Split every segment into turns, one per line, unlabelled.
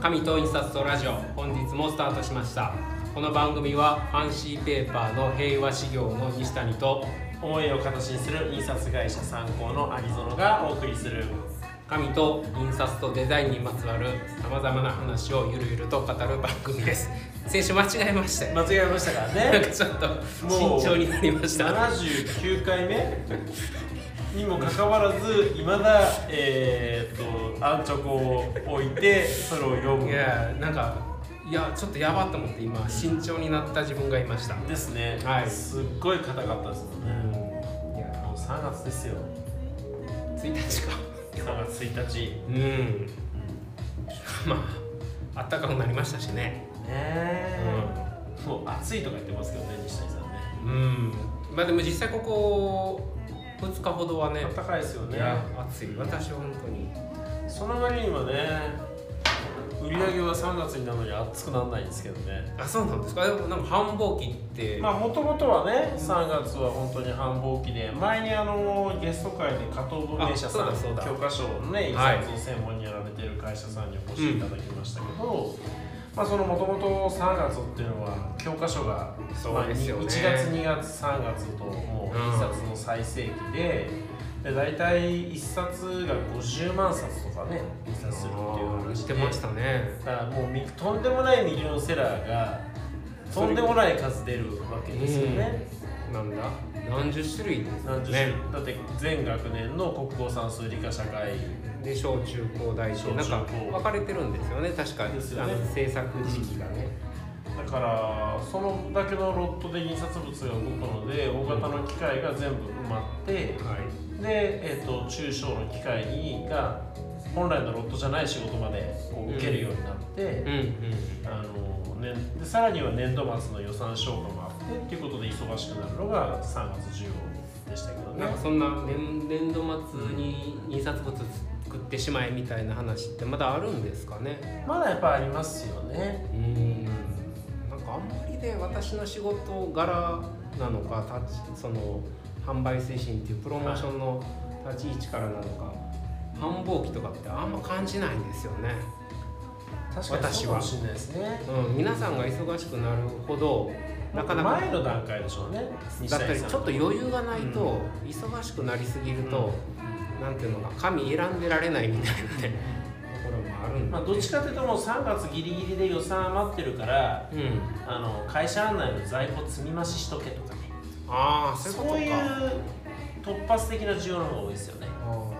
神と印刷とラジオ本日もスタートしましたこの番組はファンシーペーパーの平和修行の西谷と
思いを形にする印刷会社参考のアリゾノがお送りする
紙と印刷とデザインにまつわるさまざまな話をゆるゆると語る番組です先週間違えましたよ
間違えましたから
なん
ね
かちょっと
もう
慎重になりました
79回目にもかかわらずいまだえー、っとアンチョコを置いてそれを読
い
む
やなんかいやちょっとやばと思って今慎重になった自分がいましたうん
ですね、
はい
すっごい硬かったですもんね
いや
もう3月ですよ
1日か
3月1日
うんまああったかくなりましたしね
ねえ、もう暑いとか言ってますけどね西谷さんね
うんまあでも実際ここ2日ほどはね
暖かいですよ
い
ね
や暑い私は本当に
その割にはね売り上げは3月になるのに暑くならないんですけどね
あそうなんですかでもなんか繁忙期って、
まあもともとはね3月は本当に繁忙期で前にあのゲスト会で加藤文明社さ
あ
ん
そうだそうだ
教科書をね印
はい
刷を専門にやられてる会社さんにお越しいただきましたけど、まあそのもともと3月っていうのは教科書が、
そうですよね
まあ1月2月3月ともう印刷の最盛期で,、で大体1冊が50万冊とかね印刷するっていう話
し
で
てましたね
だからもうみとんでもないミリオンセラーがとんでもない数出るわけですよね。
うんなんだ何十種類ですよ
何十種
ね
類だって全学年の国語算数理科社会
で小中高大
小
中
中
なんか
高
分かれてるんですよね確か
ですよね
あの制作時期がね、
だからそのだけのロットで印刷物が動くので大型の機械が全部埋まって
はい
で、えっと中小の機械が本来のロットじゃない仕事までこう受けるようになって。
うん
あのね、でさらには年度末の予算消化もあってっていうことで忙しくなるのが3月15でしたけど
うん
ね
なんかそんな年年度末に印刷物作ってしまえみたいな話ってまだあるんですかね
まだやっぱありますよね
うんなんかあんまりね私の仕事柄なのか立ちその販売推進っていうプロモーションの立ち位置からなのか繁忙期とかってあんま感じないんですよね、
確かにそうかもしれないですね
うん、皆さんが忙しくなるほどなかなか
前の段階でしょうね西
だった
谷
り
さん
ちょっと余裕がないと忙しくなりすぎると、なんていうのか紙選んでられないみたいなねところもあるんで、
まあ、どっちかというともう3月ギリギリで予算余ってるから
うん、
あの会社案内の在庫積み増ししとけとかね
ああそういうことか
そういう突発的な需要の方が多いですよね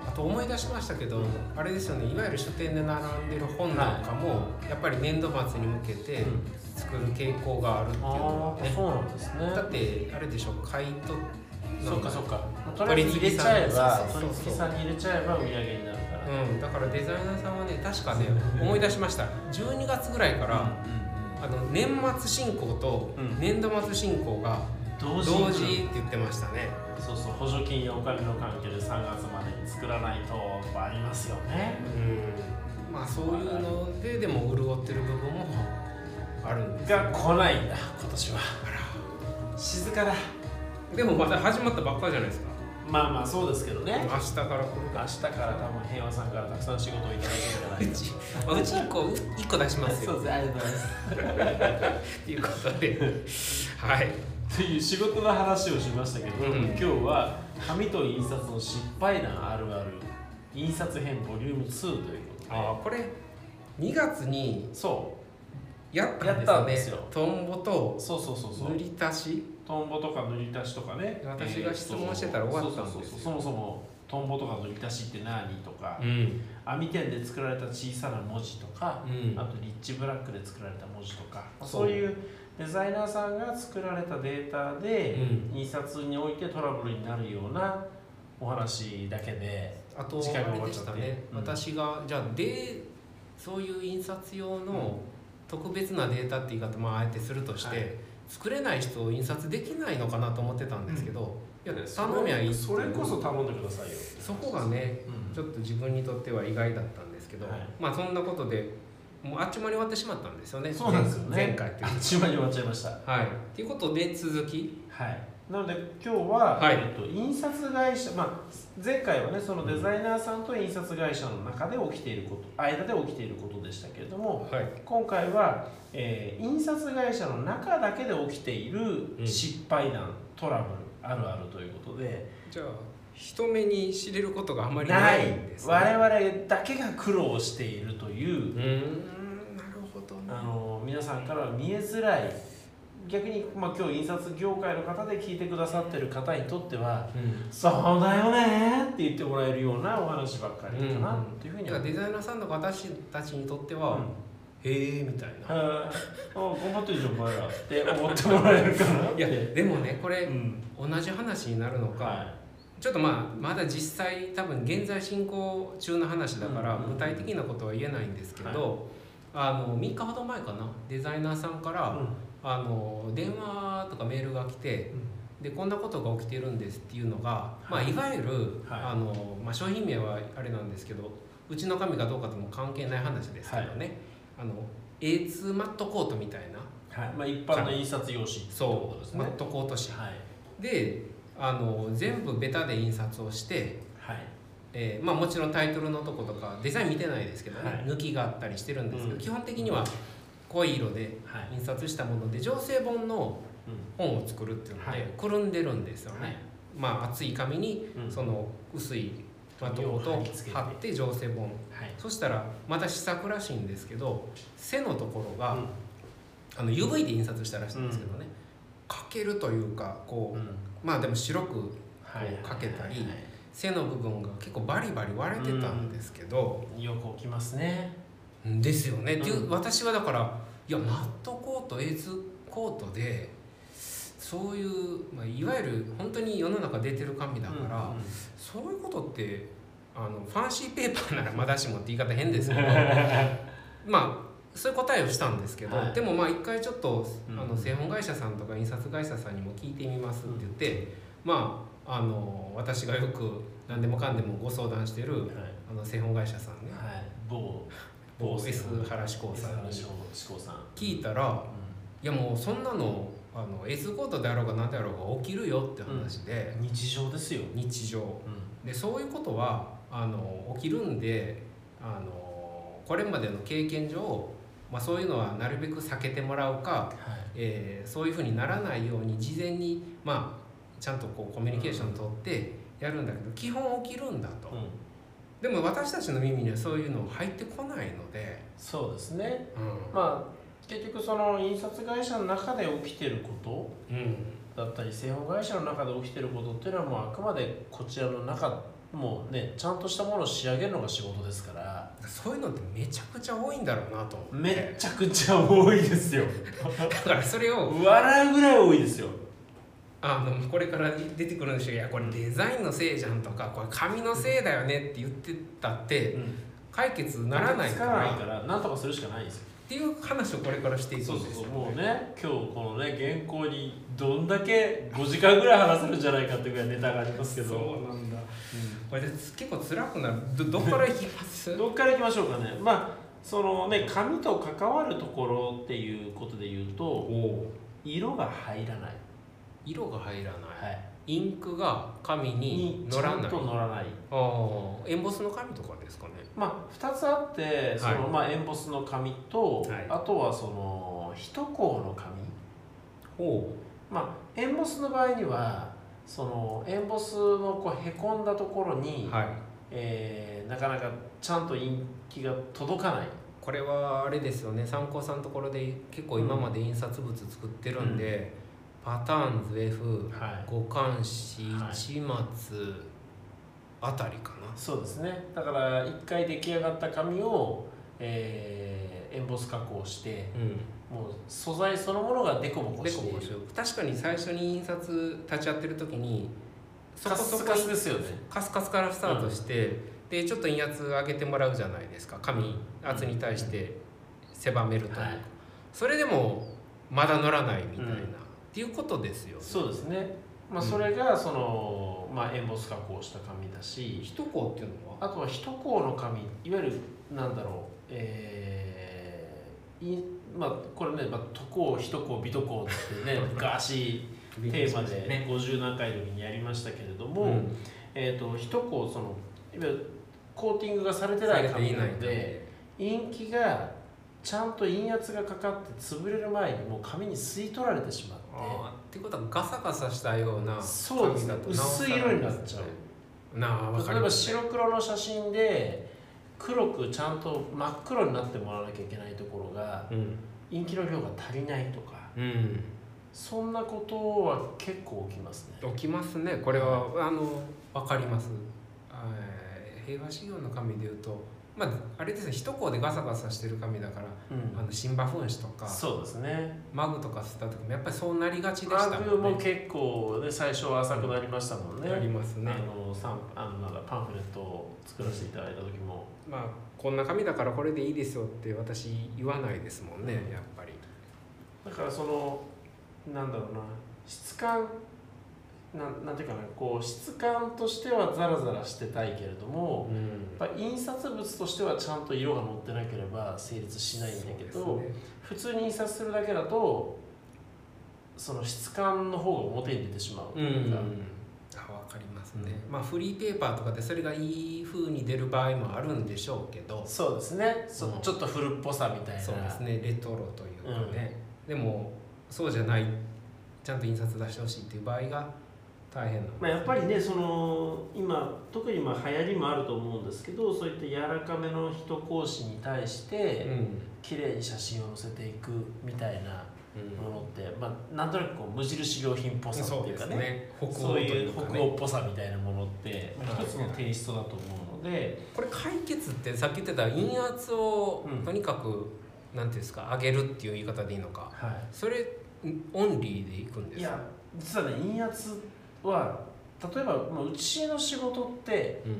あと思い出しましたけど、あれですよねいわゆる書店で並んでる本なんかも、やっぱり年度末に向けて
うん
作る傾向があるっていうのはね、
そうなんですね
だってあれでしょ買いと
そっかそ
っ
っかと
取
りあ
り
えず
次
入
ぎ
れちゃえ
さ
ば
んそう
取
そうそ
り
う
次ぎさんに入れちゃえば売り上げになるから、
うん、だからデザイナーさんはね確かね
うん
思い出しました12月ぐらいから、あの年末進行と
うん
年度末進行が
同
同
時
時って言ってましたね、
そうそう補助金やお金の関係で3月までに作らないとありますよね
うん、まあそういうのででも潤ってる部分もあるんです
が来ないんだ今年は静かだ
でもまだ始まったばっかじゃないですか。
まあまあそうですけどね
明日から来るか
明日から多分平和さんからたくさん仕事をいただけるんじゃ ない
ら。う
か
ち、うち一個、う一個出しますよ。
ですありがとうございます
っていうことで。はい。
という仕事の話をしましたけど、
うん
今日は紙と印刷の失敗談あるある印刷編ボリューム2ということで
ああ、これ。2月に
そう
やったんですよ、ね。
やったんですよ
トンボと
そうそうそうそう
塗り足し。
トンボとか塗り足しとかね
私が質問してたら終わったんですよ
そうそうそうそもそもトンボとか塗り足しって何とか、
ん。
網点で作られた小さな文字とか、
うん
あとリッチブラックで作られた文字とか
そう
そういうデザイナーさんが作られたデータで、
う
印刷においてトラブルになるようなお話だけで
あと、
時間が
あ
終
れ
わっ
で
ちゃ
し
って
たね。
うん
私が、じゃあ、で。そういう印刷用の。特別なデータって言い方まああえてするとして、
はい
作れない人を印刷できないのかなと思ってたんですけど、いや頼みゃいいっていう
それこそ頼んでくださいよ
そこがね
うん
ちょっと自分にとっては意外だったんですけど、
はい
まあそんなことでもうあっちまで終わってしまったんですよね
そうなんですよね
前前回っていう
あっちまで終わっちゃいました
はいということで続き
はい、なので今日は、
はい
えっと、印刷会社、まあ、前回はねそのデザイナーさんと印刷会社の中で起きていること間で起きていることでしたけれども
はい
今回は、えー印刷会社の中だけで起きている
うん
失敗談、トラブルあるあるということで
じゃあ人目に知れることがあまりな
ないい
んです、ね、
我々だけが苦労しているという
うーんなるほどね
あの皆さんからは見えづらい逆に、まあ、今日印刷業界の方で聞いてくださってる方にとっては
うん
そうだよねって言ってもらえるようなお話ばっかりかなというふうに
だか
は、
らデザイナーさんとか私たちにとっては、
うん
へえみたいな
あ頑張ってるじゃんお前らって思ってもらえる かなっ
いや
て
でもねこ
う
れ
ん
同じ話になるのか、
は
ちょっとまあまだ実際多分現在進行中の話だから
うん
具体的なことは言えないんですけど、あの3日ほど前かなデザイナーさんか
い
ら、あの電話とかメールが来てでこんなことが起きてるんですっていうのが、まあ、
はい
いわゆる、
はい
あのまあ、商品名はあれなんですけどうちの紙がどうかとも関係ない話ですけどね、あの A2 マットコートみたいな
はいまあ、一般の印刷用紙ってこ
そ
とです
うマ
ね
ットコート紙
はい
であの全部ベタで印刷をして
はい
えーまあ、もちろんタイトルのとことかデザイン見てないですけどね、
はい
抜きがあったりしてるんですけど、
うん
基本的には濃い色で
はい
印刷したもので情勢本の
うん
本を作るっていうので、
はい
くるんでるんですよね、
はい
まあ厚い紙に
うん
その薄いまとこと
紙を貼り付けて
貼って情勢本
はい
そしたらまた試作らしいんですけど背のところが、
うん
あの UV で印刷したらしいんですけどね、かけるというかこう、
うん
まあでも白く
はい
こうかけたり
はいはいは
背の部分が結構バリバリ割れてたんですけど、
いよく起きますね
ですよね、っていう
うん
私はだからいやマットコートエースコートでそういう、まあ、いわゆる本当に世の中出てる紙だから、
うんうん
そういうことってあのファンシーペーパーならまだしもって言い方変 ですけどまあそういう答えをしたんですけど、
はい
でもまあ一回ちょっと、
うん
あの製本会社さんとか印刷会社さんにも聞いてみますって言って、まああの私がよく何でもかんでもご相談してる
はい
あの製本会社さんね
はい某
某 S 原志功さんに
志功さん
聞いたら
うん
いやもうそんなのあのエースコートであろうが何であろうが起きるよって話で、
日常ですよ、
日常でそういうことはあの起きるんであのこれまでの経験上、まあ、そういうのはなるべく避けてもらうか、えーそういうふうにならないように事前に、まあ、ちゃんとこうコミュニケーション取ってやるんだけど基本起きるんだと、
うん
でも私たちの耳にはそういうの入ってこないので、
そうですね
う
まあ結局その印刷会社の中で起きてるこ
んうん、
とだったり製本会社の中で起きてることっていうのはもうあくまでこちらの中もうねちゃんとしたものを仕上げるのが仕事ですから
そういうのってめちゃくちゃ多いんだろうなと思って。
めっちゃくちゃ多いですよ
だからそれを
笑うぐらい多いですよ
あのこれから出てくるんでしょいやこれデザインのせいじゃんとかこれ紙のせいだよねって言ってたって解決ならない
つ
か
かない
ら
か
っ
らなんとかするしかないんですよ
ていう話をこれからしていく
そうそ
ん
う
です
そ
よ
うもうね今日このね原稿にどんだけ5時間ぐらい話せるんじゃないかっていうぐらいネタがありますけど
そうなんだこれで結構辛くなるどどこからいきます
うんどっからいきましょうかねまあそのね紙と関わるところっていうことで言う
お
と
お
色が入らない、
色が入らない
はい、
インクが紙に乗ら
ちゃ
なんい
と乗らない
ああエンボスの紙とかですかね
まあ2つあってその、
はい
まあ、エンボスの紙と、
はい
あとはその一項の紙
ほ
まあエンボスの場合にはそのエンボスのこうへこんだところに、
はい
えーなかなかちゃんと陰気が届かない
これはあれですよね参考さんのところで結構今まで印刷物作ってるんで、パターンズ F
はい
五冠市
はい
市松あたりかな、
そうですねだから一回出来上がった紙を、えーエンボス加工して
うん
もう素材そのものがデコボコ
で
して
こ
い
こ
る
しよう確かに最初に印刷立ち会ってる時にそ
カ
こそ
ス
こ
カスですよね
カスカスからスタートして、でちょっと陰圧上げてもらうじゃないですか紙圧に対して狭めるというか、
はい
それでもまだ乗らないみたいな、
うん
っていうことですよ
そうですね、まあ、
うん
それがその、まあ、エンボス加工した紙だし
一項っていうのは
あとは一項の紙いわゆるなんだろうえーいまあ、これね、まあ、都項一項美都項って ね昔テーマで50何回の時にやりましたけれども、
うん
えー、と一項そのいわゆるコーティングがされてな
さ
い
れて
紙
い
な
ない
の
の
で
で
インキがちゃんと陰圧がかかって潰れる前にもう紙に吸い取られてしまって
あーってことはガサガサしたような
そうですね
紙だと
薄い色になっちゃう
うなあわか
例
り
えば
ますね
白黒の写真で黒くちゃんと真っ黒になってもらわなきゃいけないところが
うん、
陰気の量が足りないとか
うん
そんなことは結構起きますね
起きますねこれはあのわかりますえー平和資料の紙でいうとまああれですね一項でガサガサしてる紙だから、あの新馬粉紙とか
そうですね
マグとか吸った時もやっぱりそうなりがちで
マ
した
ーク
もん
も
ね
結構ね最初は浅くなりましたもんね
あります
あ
ね
のさんあのなんだパンフレットを作らせていただいた時も
まあこんな紙だからこれでいいですよって私言わないですもんねやっぱり
だからそのなんだろうな質感なんなんていうかなこう質感としてはザラザラしてたいけれども、
うん
やっぱ印刷物としてはちゃんと色が載ってなければ成立しないんだけ
そ
ど、
うですね
普通に印刷するだけだとその質感の方が表に出てしまうと
う
いう
ん
か、
あわかりますね、まあフリーペーパーとかでそれがいい風に出る場合もあるんでしょうけど
そうですね、そ
うん
ちょっと古っぽさみたいな
そうですねレトロというかね、でもそうじゃないちゃんと印刷出してほしいっていう場合が大変な
まあ、やっぱりねその今特にまあ流行りもあると思うんですけどそういった柔らかめの人講師に対して、
うん、
綺麗に写真を載せていくみたいなも
う
のって、まあ、なんとなくこう無印良品っぽ
ん、
さ
そう
ってい
で
うか
す
ね
ね北欧
そ
と
うい
いううか
北欧
ね
っぽさみたいなものって
はい
一つのテイストだと思うので
これ解決ってさっき言ってた陰圧を
うん
とにかく、なんていうんですか上げるっていう言い方でいいのかそれオンリーでいくんで
い
すか
や実はね陰圧は例えばまあうちの仕事って
うん、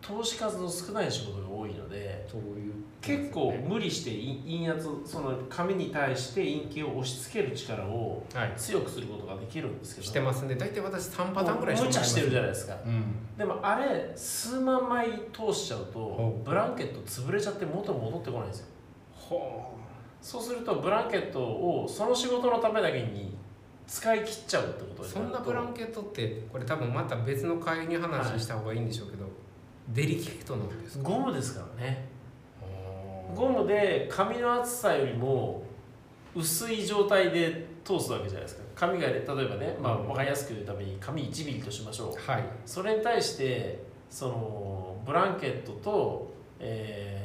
投資数の少ない仕事が多いので
そういう
結構無理して陰陰圧その紙に対して陰気を押し付ける力を
はい
強くすることができるんですけど
してますね大体私3パターンぐらい
もう無茶してるじ
な
ゃ
い
ないですか
うん
でもあれ数万枚通しちゃうと
ほ
ブランケット潰れちゃって元戻ってこないんですよ
ほ
そうするとブランケットをその仕事のためだけに使い切っちゃうってこと
う
に
そ
なる
ん
と
なブランケットってこれ多分また別の会に話した方がいいんでしょうけど、デリケートなんですか
ゴムですからね
ゴ
ゴムで紙の厚さよりも薄い状態で通すわけじゃないですか紙がね例えばね、まあ、
うん
分かりやすく言うために紙1ミリとしましょう
はい
それに対してそのブランケットと、えー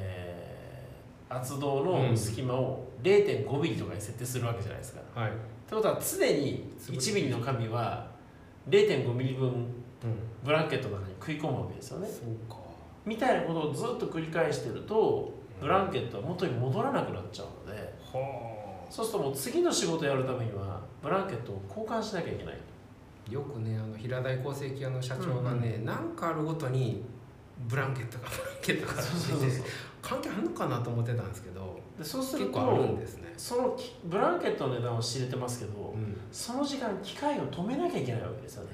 厚銅の隙間を0.5ミリとかに設定するわけじゃないですか
はい、
ってことは常に1ミリの紙は0.5ミリ
う
分
ん、
ブランケットの中に食い込むわけですよね
そうか
みたいなことをずっと繰り返してるとブランケットは元に戻らなくなっちゃうので
は
そうするともう次の仕事やるためにはブランケットを交換しなきゃいけない
あよくねあの平台鉱石屋の社長がね、なんかあるごとにブランケットがブランケットがって
そうそう
て関係あるのかなと思ってたんですけど
でそうす
結
る
構あるん
と
ですね、
そのきブランケットの値段を知れてますけど
うん、
その時間機械を止めなきゃいけないわけですよね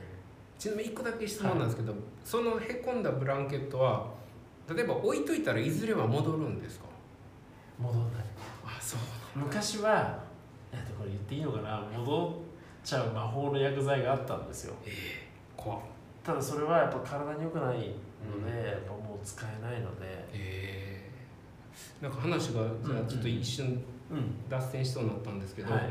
ちなみに1個だけ質問なんですけど、そのへこんだブランケットは例えば置いといたらいずれは戻るんですか
戻らない
あそう
昔はなんてこれ言っていいのかな戻っちゃう魔法の薬剤があったんですよ
怖
ただそれはやっぱ体に良くないので、やっぱもう使えないので、
えー、なんか話がじゃあちょっと一瞬
うん
脱線しそうになったんですけど、
はい、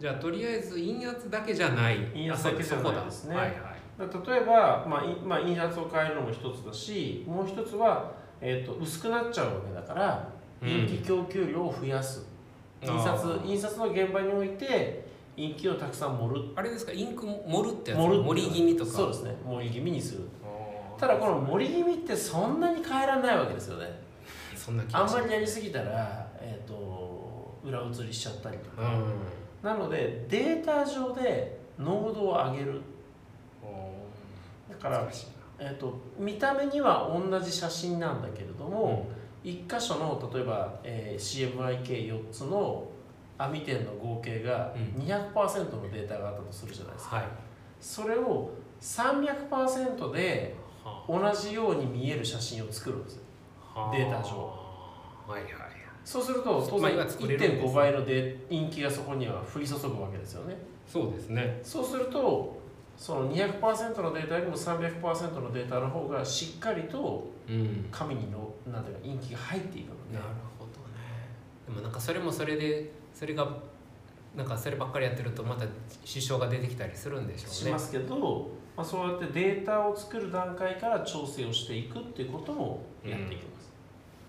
じゃあとりあえず陰圧だけじゃない
陰圧だけじゃな
あ
い
そうだ
ですね
はいはい
だから例えば、まあいまあ、印刷を変えるのも一つだしもう一つは、えー、と薄くなっちゃうわけだから
うん
印気供給量を増やす、
あー
印刷印刷の現場において印気をたくさん盛る
あれですかインク盛るってやつ
盛る
盛り気味とか
そうですね盛り気味にする
あー
ただこの盛り気味ってそんなに変えられないわけですよね
そんな気
あ
が
ん
し
ま
ま
りやりすぎたら、えー、と裏移りしちゃったりとか、
うん
なのでデータ上で濃度を上げるだから
難、しいな
えー、と見た目には同じ写真なんだけれども、一箇所の例えば、えー CMYK4 つの、網店の合計が
うん
200%のデータがあったとするじゃないですか、
はい
それを300%で
は
同じように見える写真を作るんですよ
あ
データ上
はいはいはい
そうすると当
まあ
然
今作れるんですね
1.5倍ので陰気がそこには降り注ぐわけですよね
そうですね
そうするとその200%のデータよりも300%のデータの方がしっかりと
うん
紙にのなんていうか陰気が入っていくので
なるほどねでもなんかそれもそれでそれがなんかそればっかりやってるとまた支障が出てきたりするんでし
し
ょうね
ますけど、まあ、そうやってデータを作る段階から調整をしていくっていうこともやっていきます、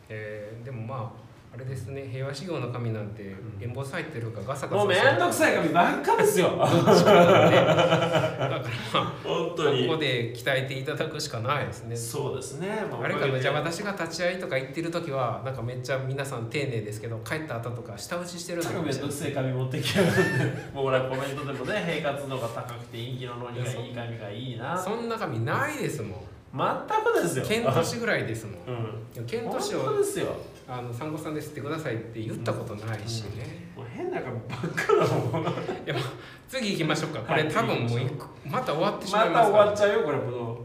えーでもまああれですね平和修行の神なんて
ん
遠方入ってるからガサガサ
もうめんどくさい紙ばっかですよ
しかないねだから
本
ここで鍛えていただくしかないですね
そうですね、ま
あれか
おげ
な
で
じゃあ私が立ち会いとか行ってる時はなんかめっちゃ皆さん丁寧ですけど帰った後とか下打ちしてるの
高
かも
め
しれな
んど
い
くせえ紙持ってきやがって もう俺はコメントでもね平滑度が高くて陰気のノリがいい紙がいいな
そんな紙ないですもん
全くですよ
剣都市ぐらいですもん
うん
でも剣都市
本
を
当ですよ
あの産後さんで吸ってくださいって言ったことないしね、
もう変な紙ばっかだもんま
いやまあ次行きましょうかこれ
はい
多分もう一個また終わってしまいま
た
す
終
から、
わっちゃうよこれもう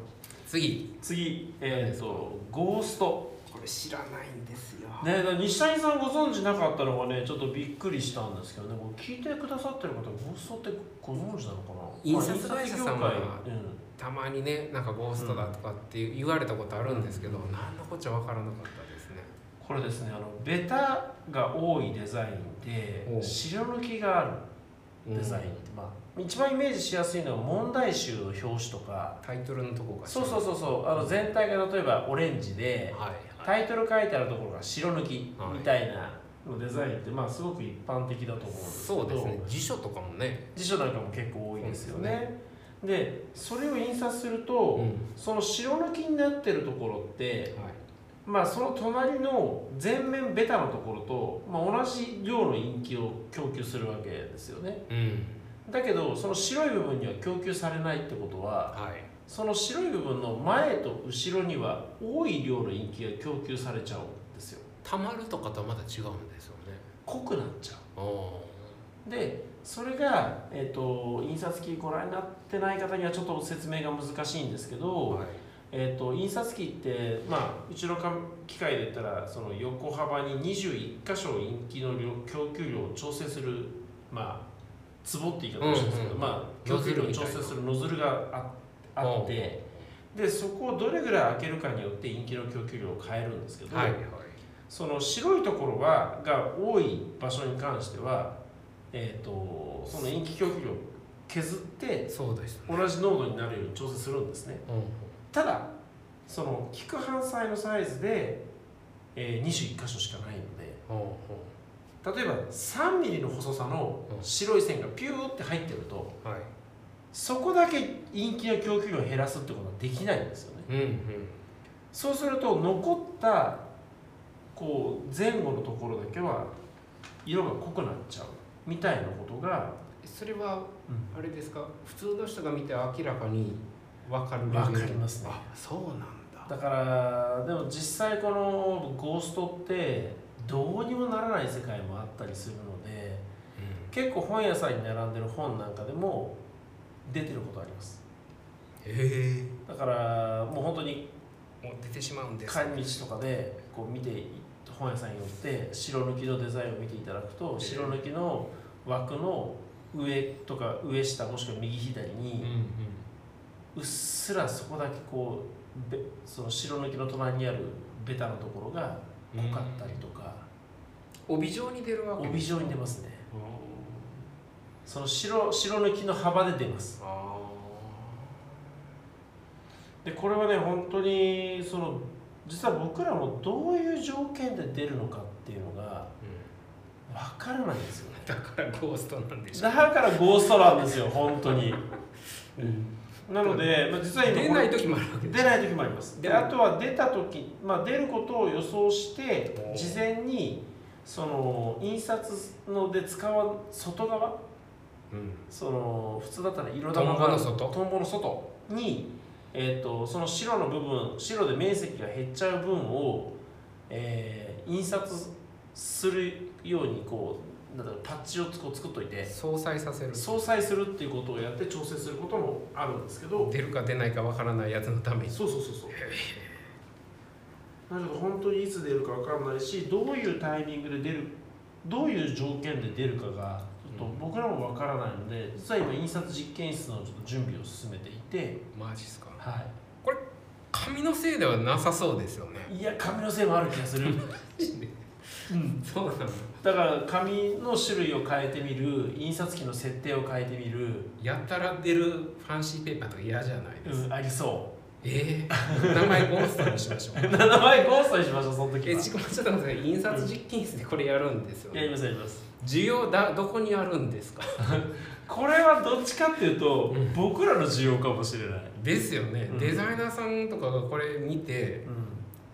次
次えっ、とゴースト
これ知らないんですよ
ね、だから西谷さんご存知なかったのがねちょっとびっくりしたんですけどねこれ聞いてくださってる方ゴーストってご存知なのかな
印刷会社さんは
まあ印刷業界うん
たまにねなんかゴーストだとかって言われたことあるんですけど、何のこっちゃ分からなかったですね
これですねあのベタが多いデザインで
おう
白抜きがあるデザインって、まあ、一番イメージしやすいのは問題集の表紙とか
タイトルのとこが
そうそううそうそうあの全体が例えばオレンジで
はいはい
タイトル書いてあるところが白抜き
はい
みたいなのデザインって、まあ、すごく一般的だと思うんですけど
そうですね辞書とかもね、
辞書なんかも結構多いですよね。でそれを印刷すると、
うん
その白抜きになってるところって、
はい
まあ、その隣の全面ベタのところと、まあ、同じ量の陰気を供給するわけですよね。
うん
だけどその白い部分には供給されないってことは
はい
その白い部分の前と後ろには多い量の陰気が供給されちゃうんですよ。
たまるとかとはまた違うんですよね
濃くなっちゃう
あー
でそれが、えっと印刷機ご覧になってない方にはちょっと説明が難しいんですけど、
はい
えっと印刷機って、まあ、うちのか機械で言ったらその横幅に21箇所陰気の量供給量を調整するまあ壺って言い方をしてるんですけ
うんう
ど、
ん
まあ、供給量を調整するノズルがああってでそこをどれぐらい開けるかによって陰気の供給量を変えるんですけど、
はいはい
その白いところはが多い場所に関しては、えー、とその塩基供給量を削って
そうですね、
同じ濃度になるように調整するんですね
う
ただその菊飯菜のサイズで、えー21箇所しかないので
んうんうん
例えば3ミリの細さの
うん
白い線がピューって入ってると
はい
そこだけ陰気の供給量を減らすってことはできないんですよね
うんうん
そうすると残ったこう前後のところだけは色が濃くなっちゃうみたいなことが
それは
うん
あれですか普通の人が見て明らかに分かる
分かりますね
あそうなんだ
だからでも実際このゴーストってどうにもならない世界もあったりするので結構本屋さんに並んでる本なんかでも出てることあります
へ
だからもう本当に
えもう出てしまうんです
帰り道とかでこう見て本屋さんに寄って白抜きのデザインを見ていただくと白抜きの枠の上とか上下もしくは右左
うんう
に
ん
うっすらそこだけこうべその白抜きの隣にあるベタのところが濃かったりとか
帯状に出るわけ
帯状に出ますねその白白抜きの幅で出ます
あ
でこれはね本当にその実は僕らもどういう条件で出るのかっていうのが分からないんですよね
ーだからゴーストなんでしょ
だからゴーストなんですよ本当になので、まあ、実は今
出
こ
な
れ
い時もあるわけで
出ない時もありますで
出ない
あとは出た時、まあ、出ることを予想して
おー
事前にその印刷ので使わ外側
うん
その普通だったら色
ト
玉
ンボ
が
の外
トンボの外に、えー、とその白の部分白で面積が減っちゃう分を、えー印刷するようにこうなんだろうパッチをつこ作っといて
相殺させる
相殺するっていうことをやって調整することもあるんですけど
出るか出ないかわからないやつのために
そうそうそうそうだけど本当にいつ出るかわかんないしどういうタイミングで出るどういう条件で出るかがちょっと僕らもわからないので実は今印刷実験室のちょっと準備を進めていて
マジっすか
は
紙のせいではなさそうですよね
いいや紙のせいもある気がす るうん
そうなんだ
だから紙の種類を変えてみる印刷機の設定を変えてみる、
やたら出るファンシーペーパーとか嫌じゃないですか、
うん、ありそ
えー、名前ゴーストにしましょう
う 名前ゴーストにしましょうその時
え
は
ちょっと待ってください印刷実験室でこれやるんですよ
やり
ね
ますやります
需要だどこにあるんですか
これはどっちかっていうと僕らの需要かもしれない、
ですよね、
うん
デザイナーさんとかがこれ見て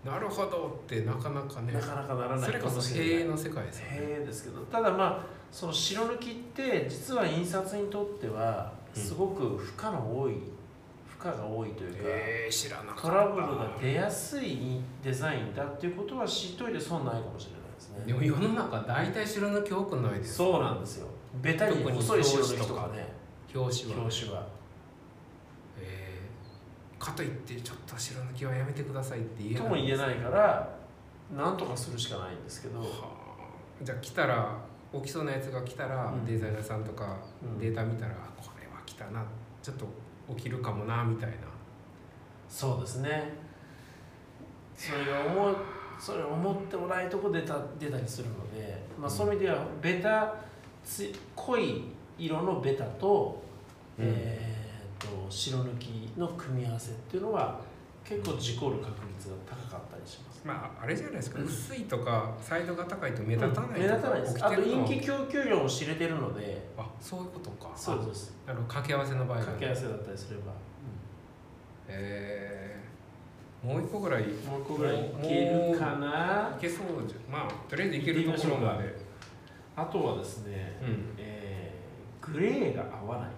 う
なるほどってなかなかね
なかなかならない
それこそ経営の世界ですよね
へえですけどただまあその白抜きって実は印刷にとっては
うん
すごく負荷の多い、負荷が多いというか、
えー、知らなかった
トラブルが出やすいデザインだっていうことは知っといて損ないかもしれないですね
でも世の中大体白抜き多くないですか
そうなんですよベタに
特に
細い白抜きとかね
表紙は
表紙は
えー、かといってちょっと白抜きはやめてくださいって言え
とも
ない
言えないからなんとかするしかないんですけど、
はあじゃあ来たら起きそうなやつが来たら、
うん
デザイナーさんとか
うん
データ見たら、あこれは来たなちょっと起きるかもなみたいな
そうですねそれが思うそれ思ってもないとこ出た出たりするので、まあ、そういう意味ではベタつ濃い色のベタと,、
うん
えーと白抜きの組み合わせっていうのは結構事故る確率が高かったりします。
まああれじゃないですか、
うん
薄いとかサイドが高いと目立たない
目
と
立た
か
ないで
起き
すあ
て
と
るの
陰気供給量も知れてるので
あそういうことか
そうです
あの掛け合わせの場合は
掛け合わせだったりすれば、
えー、もう一個ぐらいい
もう一個ぐらいいけるかな
けそうじゃまあとりあえずいけるところまで
あとはですね、
うん
えーグレーが合わない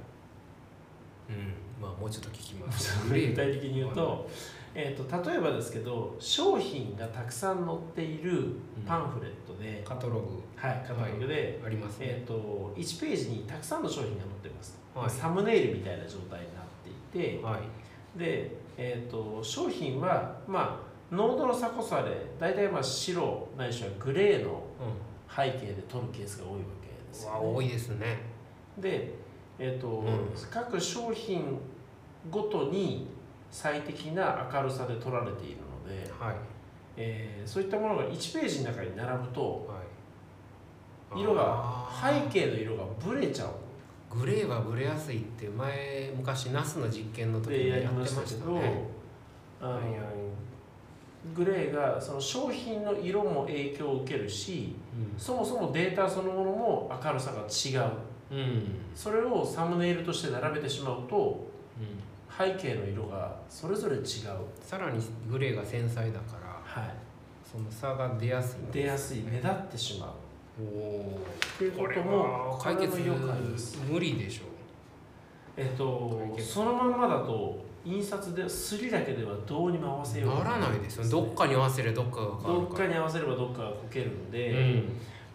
うんまあもうちょっと聞きます
具体的に言うと,、えー、と例えばですけど商品がたくさん載っているパンフレットで、
カタログ
はい、カタログで、
ありますね
えー、と1ページにたくさんの商品が載ってますと、
はい
サムネイルみたいな状態になっていて
はい
で、えー、と商品は、まあ、濃度の差こそあれ大体まあ白ないしはグレーの
う
背景で取るケースが多いわけです
ん、
よ
わ
ね
多いですね。
で、えーと
うん
各商品ごとに最適な明るさで取られているので、
はい。
えーそういったものが1ページの中に並ぶと
はい。
色が
あ
背
ー
景の色がブレちゃう
グレーはブレやすいって前昔ナスの実験の
っ
時
て
に
や
やっ
り
て
ま
ま
し
したた
けど、
ね。
あの
はいはい
グレーがその商品の色も影響を受けるしそもそもデータそのものも明るさが違う
うん。うん。
それをサムネイルとして並べてしまうと背景の色がそれぞれ違う、
さらにグレーが繊細だから
はい、
その差が出やすい。
出やすい目立ってしま
お
う
お。
っていうことも
解決
これの良かったです
無理でしょ
えっと
解決
そのまんまだと印刷で刷りだけではどうにも合わせ
う。
よう
ならないですよ。どっかに合わせれどっかが変
ど
わ
っ
る
か
から。
に合わせればどっかがこけるんで、
うん。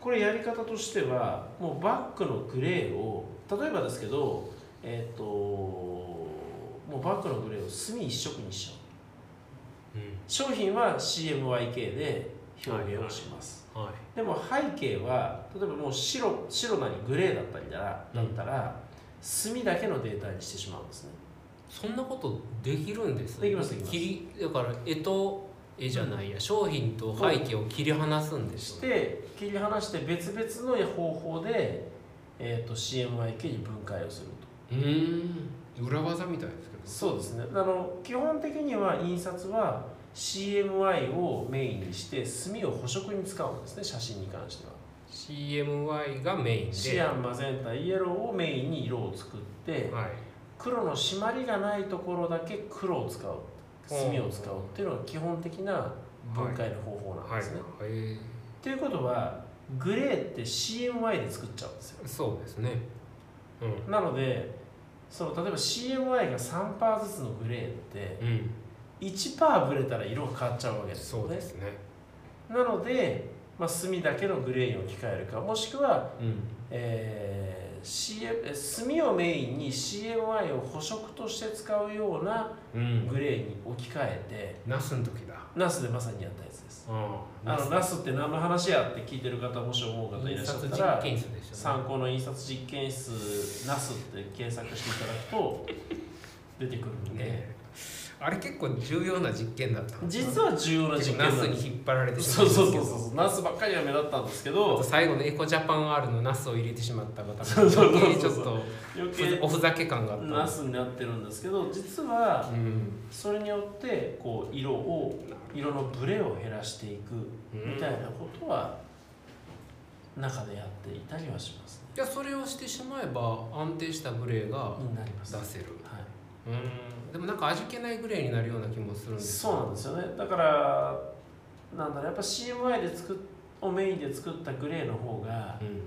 これやり方としてはもうバッグのグレーを例えばですけどえっともうバッグのグレーを墨一色にしちゃう
うん。
商品は CMYK で表現をします、
はい。
でも背景は例えばもう白白なりグレーだったりだらだったら、墨だけのデータにしてしまうんですね
そんなことできるんです
できますできます
切りだから絵と絵じゃないや、商品と背景を切り離すんです
し
よね
て切り離して別々の方法で、えー、と CMYK に分解をすると
うーん裏技みたいですけど
そうですねあの基本的には印刷は CMY をメインにして墨を補色に使うんですね写真に関しては
CMY がメインで
シアンマゼンタイエローをメインに色を作って
はい、
黒の締まりがないところだけ黒を使う墨を使うっていうのが基本的な分解の方法なん
はい
ですね、
え
ということはグレーって CMY で作っちゃうんですよ
ーそうですねうん
なのでその例えば CMY が3%ずつのグレーって
うん、
1%ブレたら色が変わっちゃうわけです
そ
よ
う
ね
ですね。
なのでまあ、炭だけのグレーンを置き換えるかもしくは、
うん
えー CM えー炭をメインに CMI を補食として使うような
うん
グレーンに置き換え
ナスの時だ
てナスでまさにやったやつです
うん
あのナスって何の話やって聞いてる方もし思う方いらっしゃったら
印刷実験室でしょ、
参考の印刷実験室ナスって検索していただく と出てくるん
ね
で、
ねあれ結構重要な実験だった
実は重要な
結
実
構ナ
験な
ス
んです
に引っ張られてしま
そ
うん
う
です
そう
け
そ
ど
うそうナスばっかりは目立ったんですけ
あと
ど
最後のエコジャパン R のナスを入れてしまった方
そうそうそうそう
余計ちょっと
余計
おふざけ感があった
ナスになってるんですけど実は
うん
それによってこう色を色のブレを減らしていく
うん
みたいなことは中でやっていたりはしますね。
いやそれをしてしまえば安定したグレーが
になります。
出
は
せる
い
うんでもなんか味気ないグレーになるような気もするんです
そうなんですよねだからなんだろうやっぱ CMI で作っをメインで作ったグレーの方が
うん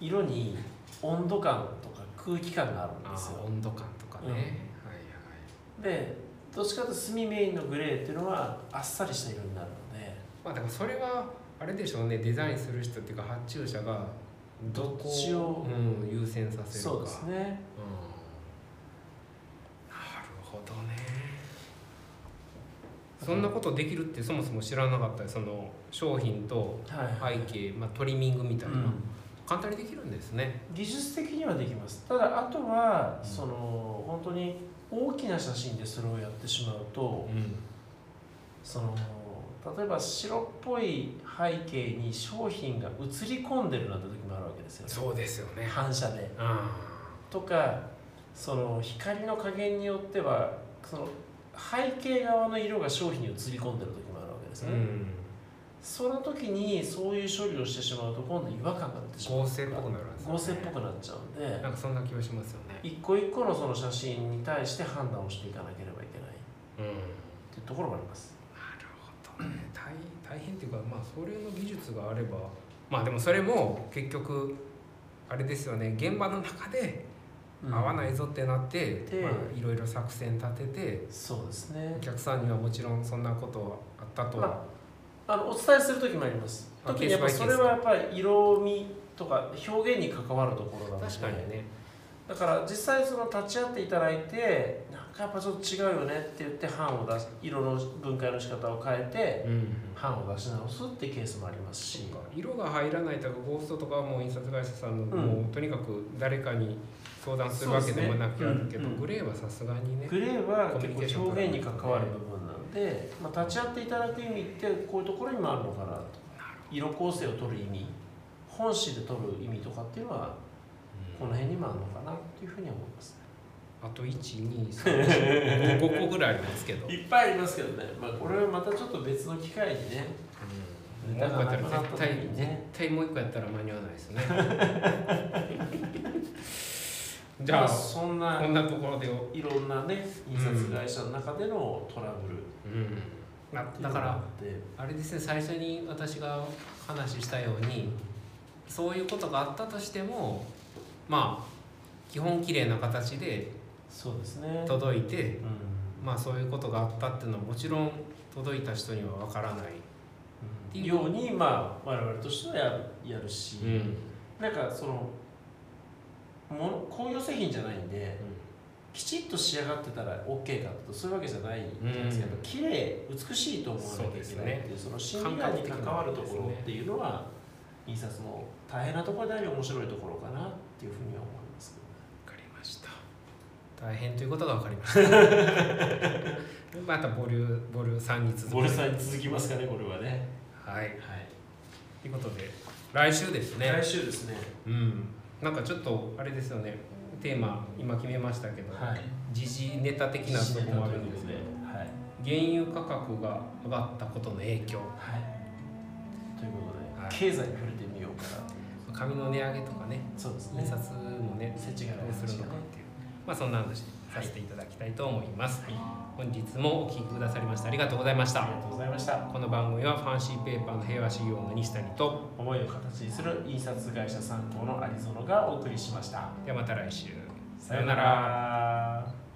色に温度感とか空気感がある
あ
んです
ー
よ
温度感とかね、
うん
はいはい
でどっちかというと炭メインのグレーっていうのはあっさりした色になるので
まあだからそれはあれでしょうねデザインする人っていうか発注者がどこ
どっちを
うん、優先させるか
そうですね
うんなるほどねそんなことできるってそもそも知らなかったよその商品と
はい、
背景、まあ、トリミングみたいな、
うん
簡単にできるんですね
技術的にはできますただあとは、
うん
その本当に大きな写真でそれをやってしまう
う
と
ん
その例えば白っぽい背景に商品が映り込んでるなんて時もあるわけですよね
そうですよね
反射で
あ
とかその光の加減によってはその背景側の色が商品に映り込んでる時もあるわけです
ー
ね、
うん
その時にそういう処理をしてしまうと今度違和感が出てしまう
合成っぽくなるんですよね
合成っぽくなっちゃうんで
なんかそんな気がしますよね
一個一個のその写真に対して判断をしていかなければいけないっ
うんなる
ていうところがあります
ほどね大大変っていうかまあそれの技術があればまあでもそれも結局あれですよね現場の中で合わないいぞってなって、
で
まあ、いろいろ作戦立てて
そうですね
お客さんにはもちろんそんなことあったとは、
まあのお伝えする時もあります
あ
時にやっぱ
ケース
そ
バイ
れ
ケース
はやっぱり色味とか表現に関わるところなので
確かにね
だから実際その立ち会っていただいてなんかやっぱちょっと違うよねって言って版を出す色の分解の仕方を変えて
うん
版を出し直すってケースもありますし
そうか色が入らないとかゴーストとかはもう印刷会社さんの、
うん
もうとにかく誰かに相談するわけでもなく
そうですね
やるけど、
うんうん
グレーはさすがにね
グレーは
コミュニケー
結
ション
構表現に
プラ
関
ン
わる部分なので、まあ、立ち会っていただく意味ってこういうところにもあるのかなと色構成を取る意味本誌で取る意味とかっていうのはこの辺にもあるのかなっていうふうに思います
あと1235個ぐらいありますけど、 うん、
いっぱいありますけどね、まあ、これはまたちょっと別の機会にね
もう一個やったら絶対
なかなかなかったのに
絶
ね
対もう一個やったら間に合わないです ねじ
じゃ
ゃ
あ
あ
そんな
こんなところでよ
いろんなね印刷会社の中でのトラブル
うんま
って
あ
いうの
だか
があ
ら
って
あれですね最初に私が話したようにそういうことがあったとしてもまあ基本綺麗な形で
そうですね
届いて
うんう
まあそういうことがあったっていうのはもちろん届いた人にはわからない、
んようにまあ我々としてはやるやるし、
うん
なんかそのもの工業製品じゃないんで、きちっと仕上がってたら OK かとそういうわけじゃないじゃないですか、
うん
やっぱ綺麗美しいと思わなきゃいけないっていうその心理学に関わるところっていうのは、印刷の大変なところであり面白いところかなっていうふうには思います
分かりました大変ということが分かりました またボリュボリュ3に続く
森さんに続きますかねこれはね、
はい
はい
ということで来週ですね
来週ですね
うんなんかちょっとあれですよねテーマ今決めましたけど、
はい
時事ネタ的なところもあるんですね
はい、
原油価格が上がったことの影響
ということで、
はい
経済に触れてみようかな
紙の値上げとかね
そうです
印刷もね
世知辛い
どうするのかっていうまあそんな話させていただきたいと思います、
はい
本日もお聞きくださりましてありがとうございまし
あり
た
がとうございました
この番組はファンシーペーパーの平和修行の西谷と
思いを形にする印刷会社参考のアリゾノがお送りしました。
ではまた来週
さようなら。